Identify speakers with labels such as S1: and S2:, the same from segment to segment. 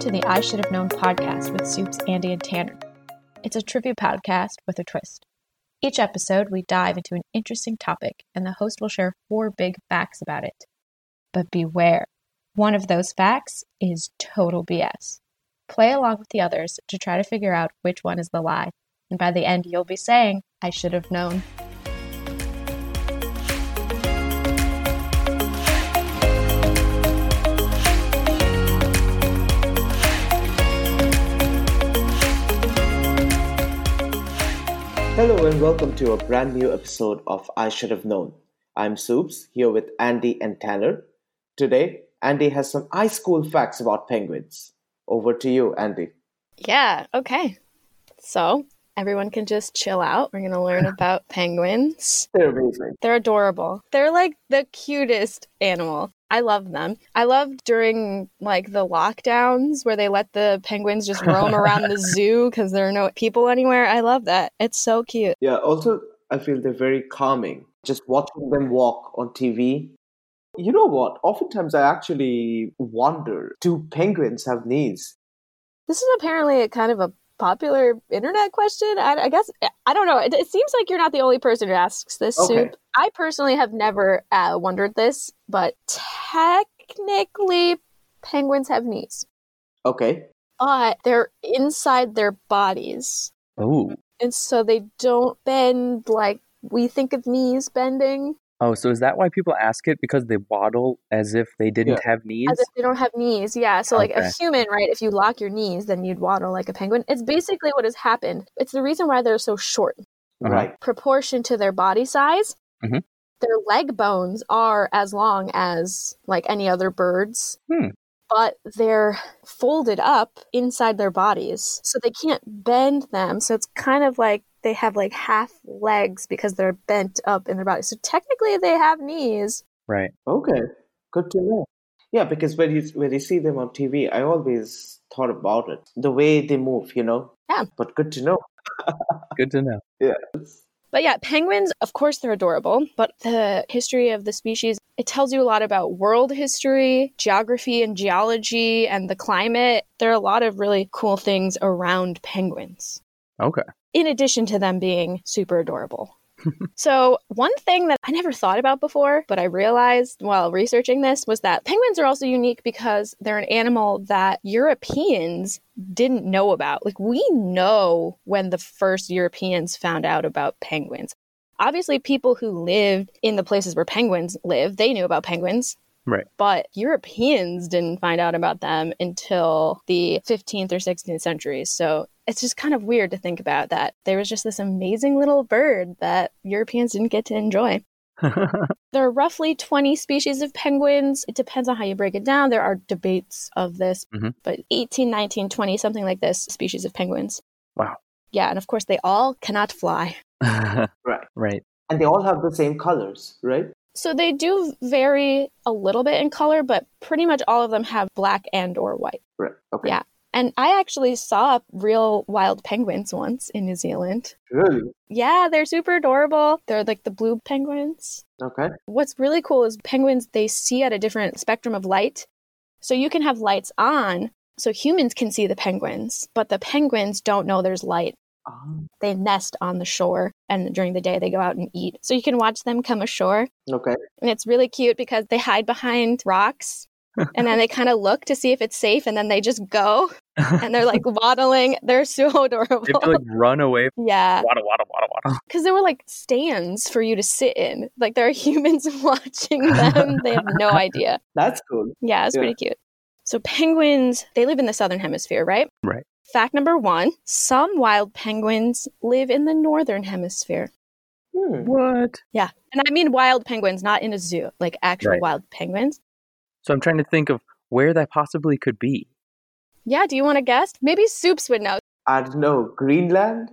S1: to the I Should Have Known podcast with Soups, Andy, and Tanner. It's a trivia podcast with a twist. Each episode, we dive into an interesting topic, and the host will share four big facts about it. But beware, one of those facts is total BS. Play along with the others to try to figure out which one is the lie, and by the end, you'll be saying, I should have known.
S2: Hello and welcome to a brand new episode of I Should Have Known. I'm Soups here with Andy and Tanner. Today, Andy has some ice cool facts about penguins. Over to you, Andy.
S3: Yeah, okay. So everyone can just chill out. We're going to learn about penguins.
S2: They're amazing.
S3: They're adorable. They're like the cutest animal. I love them. I loved during like the lockdowns where they let the penguins just roam around the zoo because there are no people anywhere. I love that. It's so cute.
S2: Yeah, also, I feel they're very calming. Just watching them walk on TV. You know what? Oftentimes I actually wonder do penguins have knees?
S3: This is apparently a kind of a popular internet question. I, I guess eh, I don't know. It, it, seems like you're not the only person who asks this.
S2: Okay.
S3: Soup. I personally have never uh, wondered this, but technically, penguins have knees,
S2: Okay.
S3: but they're inside their bodies,
S4: Oh,
S3: and so they don't bend like we think of knees bending,
S4: oh, so is that why people ask it? Because they waddle as if they didn't have knees?
S3: as if they don't have knees. Yeah. So like
S4: Okay.
S3: a human, right? If you lock your knees, then you'd waddle like a penguin. It's basically what has happened. It's the reason why they're so short.
S4: Uh-huh.
S2: Right.
S3: proportion to their body size,
S4: Mhm.
S3: their leg bones are as long as like any other birds.
S4: Hmm.
S3: But they're folded up inside their bodies. So they can't bend them. So it's kind of like they have like half legs because they're bent up in their body. So technically they have knees.
S4: Right.
S2: Okay. Good to know. Yeah, because when you when you see them on TV, I always thought about it. The way they move, you know?
S3: Yeah.
S2: But good to know.
S4: Good to know.
S3: But yeah, penguins, of course, they're adorable, but the history of the species, it tells you a lot about world history, geography, and geology, and the climate. There are a lot of really cool things around penguins,
S4: Okay.
S3: in addition to them being super adorable. so, one thing that I never thought about before, but I realized while researching this, was that penguins are also unique because they're an animal that Europeans didn't know about. Like, we know when the first Europeans found out about penguins. Obviously, people who lived in the places where penguins live, they knew about penguins.
S4: Right.
S3: But Europeans didn't find out about them until the 15th or 16th centuries. So it's just kind of weird to think about that. There was just this amazing little bird that Europeans didn't get to enjoy. There are roughly 20 species of penguins. It depends on how you break it down. There are debates of this,
S4: Mhm.
S3: but 18, 19, 20, something like this, species of penguins.
S4: Wow.
S3: Yeah, and of course, they all cannot fly.
S2: Right.
S4: right.
S2: And they all have the same colors, right?
S3: So they do vary a little bit in color, but pretty much all of them have black and or white.
S2: Right. Okay.
S3: Yeah. And I actually saw real wild penguins once in New Zealand.
S2: Really?
S3: Yeah, they're super adorable. They're like the blue penguins.
S2: Okay.
S3: What's really cool is penguins, they see at a different spectrum of light. So you can have lights on, so humans can see the penguins, but the penguins don't know there's light.
S2: Ah,
S3: They nest on the shore, and during the day, they go out and eat. So you can watch them come ashore.
S2: okay.
S3: And it's really cute because they hide behind rocks and then they kind of look to see if it's safe, and then they just go and they're like waddling. They're so adorable.
S4: you have to like run away.
S3: yeah.
S4: Waddle, waddle, waddle, waddle.
S3: because there were like stands for you to sit in. Like there are humans watching them. they have no idea.
S2: That's cool.
S3: Yeah, it's
S2: Yeah.
S3: pretty cute. So penguins, they live in the southern hemisphere, right?
S4: Right.
S3: Fact number one some wild penguins live in the northern hemisphere.
S2: Hmm.
S4: What?
S3: Yeah. And I mean wild penguins, not in a zoo, like actual
S4: Right.
S3: wild penguins.
S4: So I'm trying to think of where that possibly could be.
S3: Yeah, do you want to guess? Maybe soups would know.
S2: I don't know. Greenland?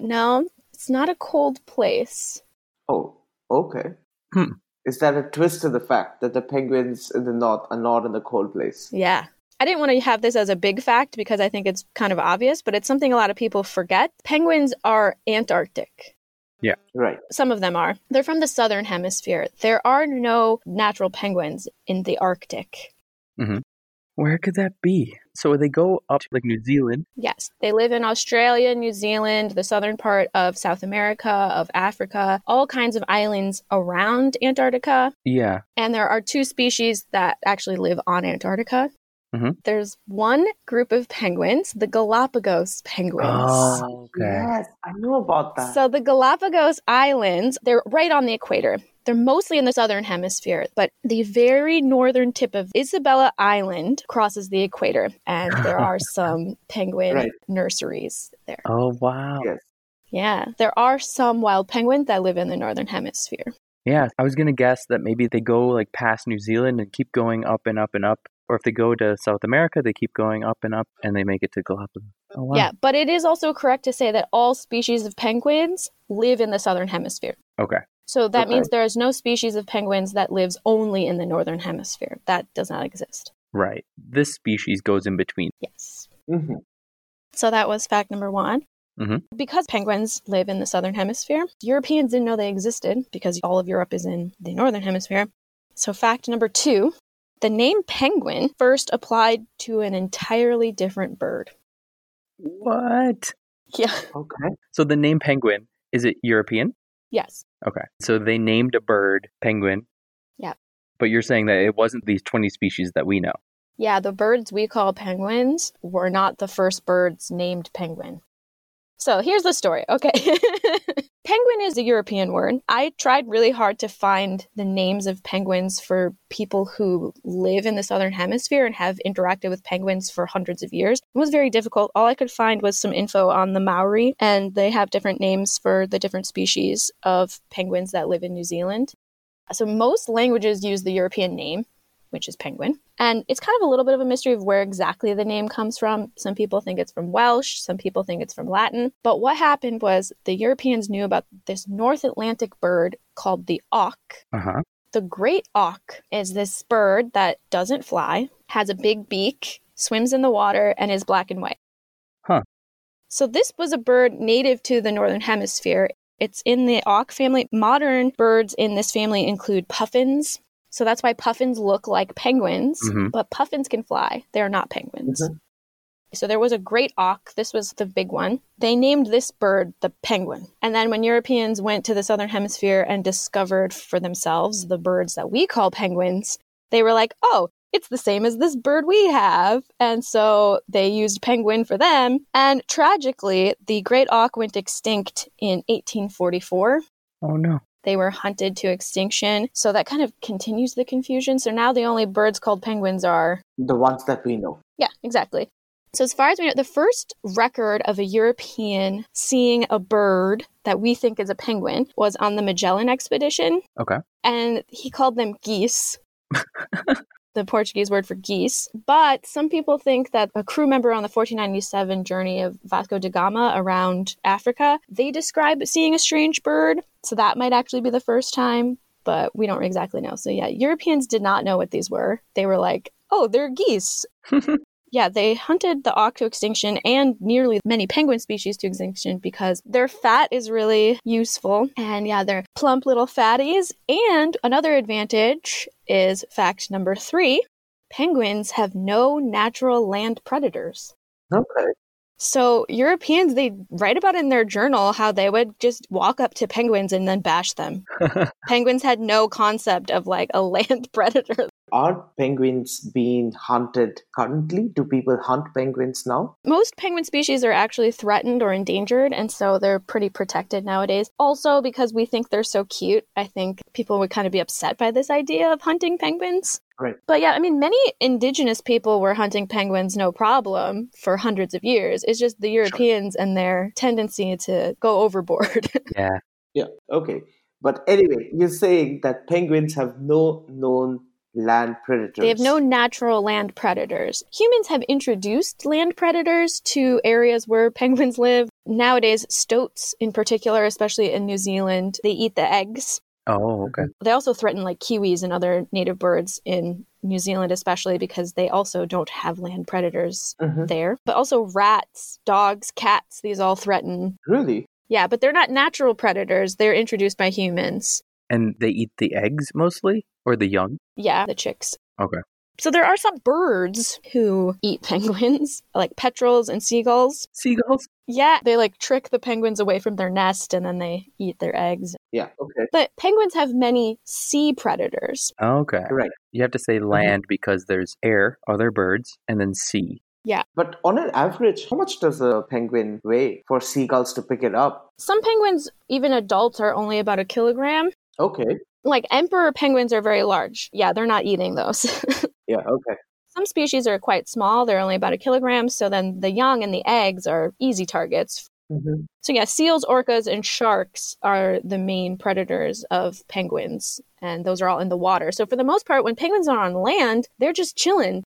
S3: No, it's not a cold place.
S2: Oh, okay.
S4: Hmm.
S2: Is that a twist to the fact that the penguins in the north are not in the cold place?
S3: Yeah. I didn't want to have this as a big fact because I think it's kind of obvious, but it's something a lot of people forget. Penguins are Antarctic.
S2: Right.
S3: Some of them are. They're from the southern hemisphere. There are no natural penguins in the Arctic.
S4: Mhm. Where could that be? So they go up to like New Zealand.
S3: Yes, they live in Australia, New Zealand, the southern part of South America, of Africa, all kinds of islands around Antarctica.
S4: Yeah.
S3: And there are two species that actually live on Antarctica.
S4: Mhm.
S3: There's one group of penguins, the Galapagos penguins.
S2: Ah,
S4: Oh, okay.
S2: Yes, I know about that.
S3: So the Galapagos Islands, they're right on the equator. They're mostly in the southern hemisphere, but the very northern tip of Isabella Island crosses the equator, and there are some penguin
S2: Right.
S3: nurseries there.
S4: Oh wow.
S2: yes.
S3: Yeah, there are some wild penguins that live in the northern hemisphere.
S4: Yeah, I was gonna guess that maybe they go like past New Zealand and keep going up and up and up, or if they go to South America, they keep going up and up and they make it to Galapagos. Oh wow.
S3: Yeah, but it is also correct to say that all species of penguins live in the southern hemisphere.
S4: Okay.
S3: So that
S2: Okay.
S3: means there is no species of penguins that lives only in the northern hemisphere. That does not exist.
S4: Right. This species goes in between.
S3: Yes.
S2: Mhm.
S3: So that was fact number one.
S4: Mhm.
S3: Because penguins live in the southern hemisphere, Europeans didn't know they existed because all of Europe is in the northern hemisphere. So, fact number two the name penguin first applied to an entirely different bird.
S4: What?
S3: Yeah.
S2: Okay.
S4: So the name penguin, is it European?
S3: Yes.
S4: Okay. So they named a bird penguin.
S3: Yeah.
S4: But you're saying that it wasn't these 20 species that we know.
S3: Yeah, the birds we call penguins were not the first birds named penguin. So here's the story. Okay. penguin is a European word. I tried really hard to find the names of penguins for people who live in the southern hemisphere and have interacted with penguins for hundreds of years. It was very difficult. All I could find was some info on the Maori, and they have different names for the different species of penguins that live in New Zealand. So most languages use the European name which is penguin. And it's kind of a little bit of a mystery of where exactly the name comes from. Some people think it's from Welsh, some people think it's from Latin. But what happened was the Europeans knew about this North Atlantic bird called the auk.
S4: Uh huh.
S3: The great auk is this bird that doesn't fly, has a big beak, swims in the water, and is black and white.
S4: Huh.
S3: So this was a bird native to the northern hemisphere. It's in the auk family. Modern birds in this family include puffins. So that's why puffins look like penguins,
S4: Mhm.
S3: but puffins can fly. They're not penguins.
S2: Mhm.
S3: So there was a great auk. This was the big one. They named this bird the penguin. And then when Europeans went to the southern hemisphere and discovered for themselves the birds that we call penguins, they were like, oh, it's the same as this bird we have. And so they used penguin for them. And tragically, the great auk went extinct in 1844.
S4: Oh no.
S3: They were hunted to extinction. So that kind of continues the confusion. So now the only birds called penguins are
S2: Mm-hmm. The ones that we know.
S3: yeah, exactly. So, as far as we know, the first record of a European seeing a bird that we think is a penguin was on the Magellan expedition.
S4: Okay.
S3: And he called them geese, the Portuguese word for geese. But some people think that a crew member on the 1497 journey of Vasco da Gama around Africa, they describe seeing a strange bird. So, that might actually be the first time, but we don't exactly know. So, yeah, Europeans did not know what these were. They were like, oh, they're geese. Yeah, they hunted the auk to extinction and nearly many penguin species to extinction because their fat is really useful. And yeah, they're plump little fatties. And another advantage is fact number three penguins have no natural land predators.
S2: Okay.
S3: So Europeans, they write about in their journal how they would just walk up to penguins and then bash them. penguins had no concept of like a land predator.
S2: Are penguins being hunted currently? Do people hunt penguins now?
S3: Most penguin species are actually threatened or endangered, and so they're pretty protected nowadays. Also, because we think they're so cute, I think people would kind of be upset by this idea of hunting penguins.
S2: Right.
S3: But yeah, I mean, many indigenous people were hunting penguins no problem for hundreds of years. It's just the Europeans and their tendency to go overboard.
S4: yeah.
S2: Yeah. Okay. But anyway, you're saying that penguins have no known land predators.
S3: They have no natural land predators. Humans have introduced land predators to areas where penguins live. Nowadays, stoats in particular, especially in New Zealand, they eat the eggs.
S4: Oh, okay.
S3: They also threaten like kiwis and other native birds in New Zealand, especially because they also don't have land predators
S2: Mhm.
S3: there. But also rats, dogs, cats, these all threaten.
S2: Really?
S3: Yeah, but they're not natural predators. They're introduced by humans.
S4: And they eat the eggs mostly or the young?
S3: Yeah, the chicks.
S4: Okay.
S3: So there are some birds who eat penguins, like petrels and seagulls.
S4: Seagulls?
S3: Yeah, they like trick the penguins away from their nest and then they eat their eggs.
S2: Yeah. Okay.
S3: But penguins have many sea predators.
S4: Okay. Mm-hmm.
S2: Right.
S4: You have to say land because there's air, other birds, and then sea.
S2: But on an average, how much does a penguin weigh for seagulls to pick it up?
S3: Some penguins, even adults, are only about a kilogram.
S2: Okay.
S3: Like emperor penguins are very large. Yeah, they're not eating those.
S2: Yeah. Okay.
S3: Some species are quite small, they're only about a kilogram, so then the young and the eggs are easy targets.
S2: Mhm.
S3: So, yeah, seals, orcas, and sharks are the main predators of penguins, and those are all in the water. So, for the most part, when penguins are on land, they're just chilling.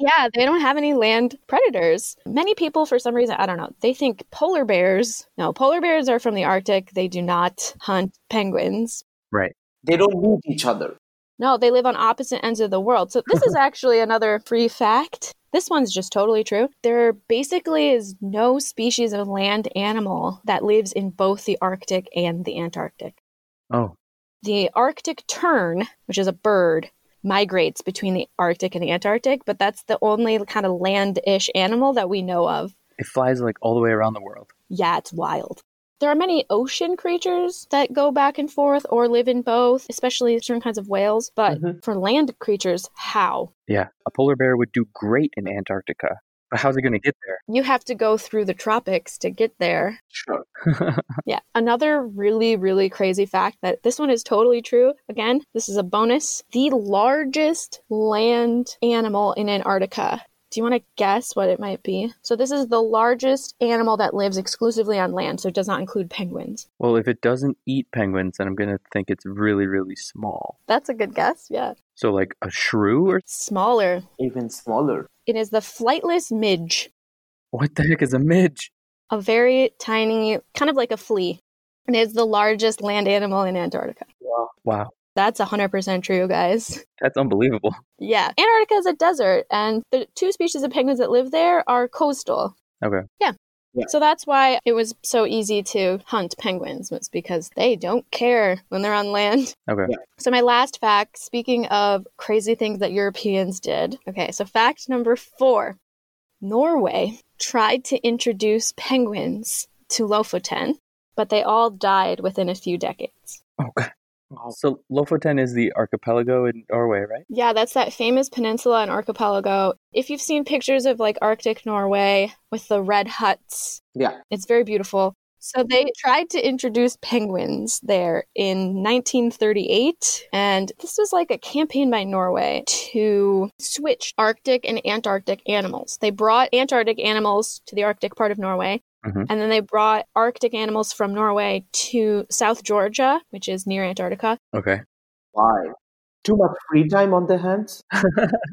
S3: Yeah, they don't have any land predators. Many people, for some reason, I don't know, they think polar bears. No, polar bears are from the Arctic. They do not hunt penguins.
S4: right.
S2: They don't need each other.
S3: No, they live on opposite ends of the world. So, this is actually another free fact. This one's just totally true. There basically is no species of land animal that lives in both the Arctic and the Antarctic.
S4: Oh,
S3: The Arctic tern, which is a bird, migrates between the Arctic and the Antarctic, but that's the only kind of land ish animal that we know of.
S4: it flies like all the way around the world.
S3: Yeah, it's wild. There are many ocean creatures that go back and forth or live in both, especially certain kinds of whales. But
S2: Mhm.
S3: for land creatures, how?
S4: Yeah. A polar bear would do great in Antarctica. But how's it going to get
S3: You have to go through the tropics to get there.
S2: Sure.
S4: there?
S3: Yeah. Another really, really crazy fact that this one is totally true. Again, this is a bonus. The largest land animal in Antarctica. Do you want to guess what it might be? So, this is the largest animal that lives exclusively on land, so it does not include penguins.
S4: well, if it doesn't eat penguins, then I'm going to think it's really, really small.
S3: That's a good guess. Yeah.
S4: So, like a shrew or
S3: Smaller.
S2: Even smaller.
S3: It is the flightless midge,
S4: what the heck is a midge?
S3: a very tiny, kind of like a flea, and it is the largest land animal in Antarctica.
S2: Wow.
S4: Wow.
S3: That's 100% true, guys.
S4: That's unbelievable.
S3: Yeah. Antarctica is a desert, and the two species of penguins that live there are coastal.
S4: Okay.
S3: Yeah.
S2: Yeah.
S3: So that's why it was so easy to hunt penguins, was because they don't care when they're on land.
S4: Okay.
S2: Yeah.
S3: So, my last fact, speaking of crazy things that Europeans did. Okay, so fact number four Norway tried to introduce penguins to Lofoten, but they all died within a few decades.
S4: Okay.
S2: Wow.
S4: So, Lofoten is the archipelago in Norway, right?
S3: Yeah, that's that famous peninsula and archipelago. If you've seen pictures of like Arctic Norway with the red huts,
S2: Yeah.
S3: it's very beautiful. So they tried to introduce penguins there in 1938. And this was like a campaign by Norway to switch Arctic and Antarctic animals. They brought Antarctic animals to the Arctic part of Norway.
S4: Mhm.
S3: And then they brought Arctic animals from Norway to South Georgia, which is near Antarctica.
S4: Okay.
S2: Why? Too much free time on their hands?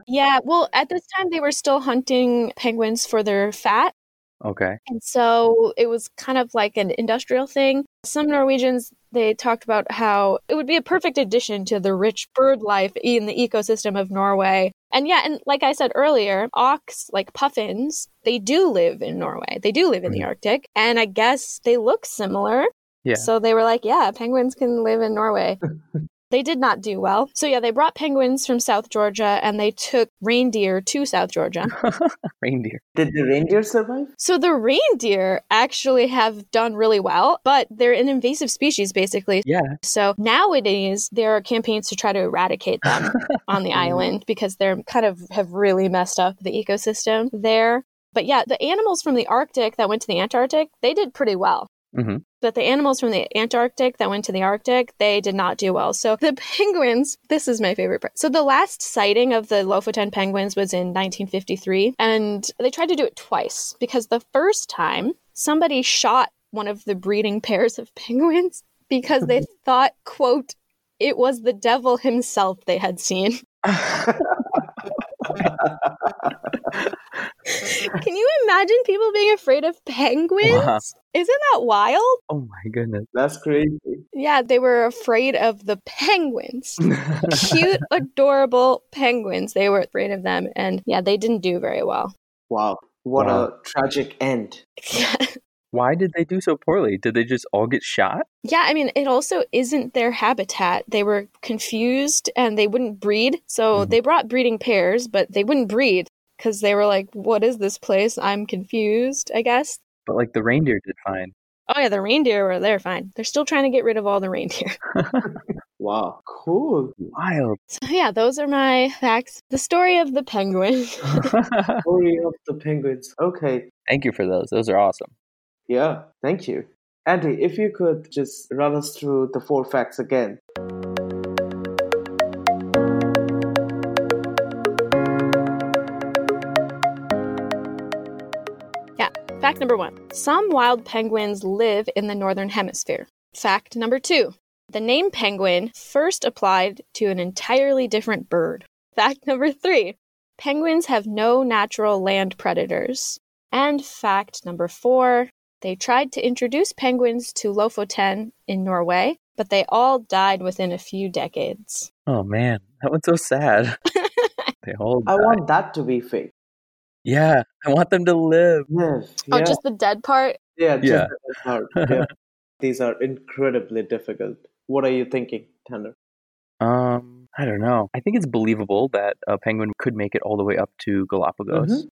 S3: Yeah, well, at this time they were still hunting penguins for their fat.
S4: Okay.
S3: And so it was kind of like an industrial thing. Some Norwegians, they talked about how it would be a perfect addition to the rich bird life in the ecosystem of Norway. And yeah, and like I said earlier, auks, like puffins, they do live in Norway. They do live in the Arctic. And I guess they look similar.
S4: Yeah.
S3: So they were like, yeah, penguins can live in Norway. They did not do well. So, yeah, they brought penguins from South Georgia and they took reindeer to South Georgia.
S4: Reindeer.
S2: Did the reindeer survive?
S3: So the reindeer actually have done really well, but they're an invasive species basically.
S4: Yeah.
S3: So nowadays there are campaigns to try to eradicate them on the island because they're kind of have really messed up the ecosystem there. But yeah, the animals from the Arctic that went to the Antarctic, they did pretty well.
S4: Mhm.
S3: But the animals from the Antarctic that went to the Arctic, they did not do well. So the penguins, this is my favorite part. So the last sighting of the Lofoten penguins was in 1953, and they tried to do it twice because the first time somebody shot one of the breeding pairs of penguins because they thought, quote, it was the devil himself they had seen.
S4: Oh
S3: Can you imagine people being afraid of penguins?
S4: Wow.
S3: Isn't that wild?
S4: Oh my goodness.
S2: That's crazy.
S3: Yeah, they were afraid of the penguins. Cute, adorable penguins. They were afraid of them. And yeah, they didn't do very well.
S2: Wow. What
S4: Wow.
S2: a tragic end.
S4: Why did they do so poorly? Did they just all get shot?
S3: Yeah, I mean, it also isn't their habitat. They were confused and they wouldn't breed. So
S4: Mhm.
S3: they brought breeding pairs, but they wouldn't breed because they were like, what is this place? I'm confused, I guess.
S4: But like the reindeer did fine.
S3: Oh, yeah, the reindeer were, they're fine. They're still trying to get rid of all the reindeer.
S2: Wow, cool.
S4: Wild.
S3: So, yeah, those are my facts. The story of the penguin.
S2: Story of the penguins. Okay,
S4: Thank you for those. Those are awesome.
S2: yeah, thank you. Andy, if you could just run us through the four facts again.
S3: Fact number one some wild penguins live in the northern hemisphere. Fact number two the name penguin first applied to an entirely different bird. Fact number three penguins have no natural land predators. And fact number four they tried to introduce penguins to Lofoten in Norway, but they all died within a few decades.
S4: Oh man, that one's so sad. they all
S2: I
S4: died.
S2: want that to be fake.
S4: Yeah, I want them to live.
S2: Live.
S3: Oh,
S2: yeah.
S3: just the dead part?
S2: yeah, just
S4: Yeah.
S2: that part. Yeah. These are incredibly difficult. What are you thinking, Tanner?
S4: Um, I don't know. I think it's believable that a penguin could make it all the way up to Galapagos.
S2: Mhm.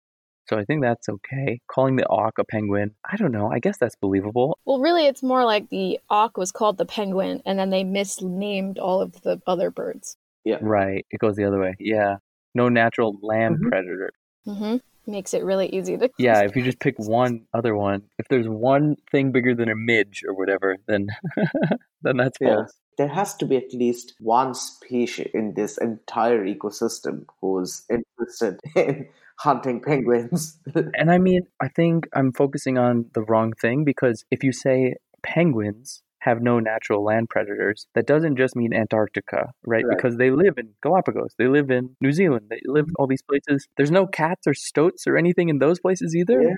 S4: So I think that's okay. Calling the auk a penguin, I don't know. I guess that's believable.
S3: Well, really, it's more like the auk was called the penguin, and then they misnamed all of the other birds.
S4: Right. It goes the other way. Yeah. No natural land
S2: Mhm.
S4: predator.
S3: hmm Makes it really easy to.
S4: Yeah, if you just pick one other one, if there's one thing bigger than a midge or whatever, then then that's
S2: Yeah.
S4: false.
S2: There has to be at least one species in this entire ecosystem who's interested in hunting penguins.
S4: And I mean, I think I'm focusing on the wrong thing because if you say penguins have no natural land predators, that doesn't just mean Antarctica, right? Mm-hmm.
S2: Right.
S4: Because they live in Galapagos, they live in New Zealand, they live all these places. There's no cats or stoats or anything in those places either.
S2: Yeah.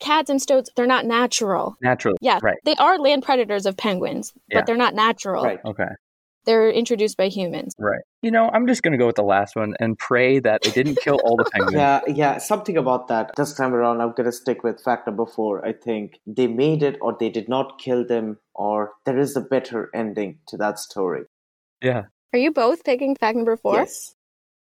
S3: Cats and stoats, they're not natural.
S4: Natural.
S3: Yeah,
S4: Right.
S3: they are land predators of penguins,
S4: Yeah.
S3: but they're not natural.
S2: right.
S4: Okay.
S3: They're introduced by humans.
S4: Right. You know, I'm just going to go with the last one and pray that they didn't kill all the penguins.
S2: Yeah, yeah, something about that. This time around, I'm gonna stick with fact number four. I think they made it, or they did not kill them, or there is a better ending to that story.
S4: yeah.
S3: Are you both picking fact number four?
S2: Yes,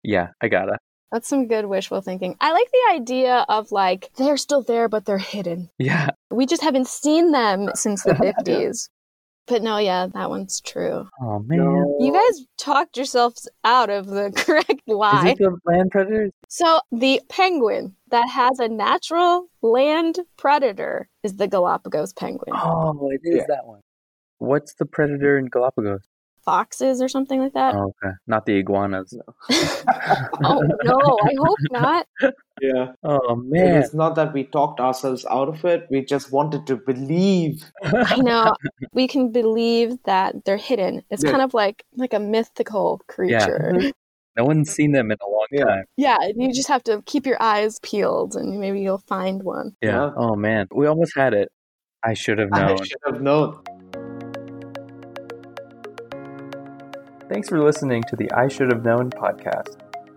S4: Yeah, I got to
S3: That's some good wishful thinking. I like the idea of like, they're still there, but they're hidden.
S4: Yeah.
S3: We just haven't seen them since the
S4: Yeah.
S3: 50s. But no, yeah, that one's true.
S4: Oh man.
S3: You guys talked yourselves out of the correct
S4: Is
S3: lie.
S4: it the land predators?
S3: So the penguin that has a natural land predator is the Galapagos penguin.
S4: Oh, it is
S2: Yeah.
S4: that one. What's the predator in Galapagos?
S3: Foxes or something like that.
S4: Oh, okay. Not the iguanas.
S3: oh no, I hope not.
S2: yeah.
S4: Oh
S2: It
S4: man.
S2: is not that we talked ourselves out of it. We just wanted to believe.
S3: I know. We can believe that they're hidden. It's
S2: Yeah.
S3: kind of like like a mythical creature. Yeah.
S4: No one's seen them in a long
S2: Yeah.
S4: time.
S3: and you just have to keep your eyes peeled and maybe you'll find one.
S4: Yeah.
S2: Yeah.
S4: Oh man. We almost had it. I should have
S2: I
S4: known.
S2: should have known.
S4: Thanks for listening to the I Should Have Known podcast.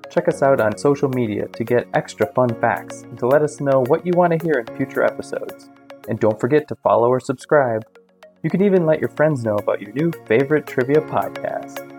S4: Check us out on social media to get extra fun facts and to let us know what you want to hear in future episodes. And don't forget to follow or subscribe. You can even let your friends know about your new favorite trivia podcast.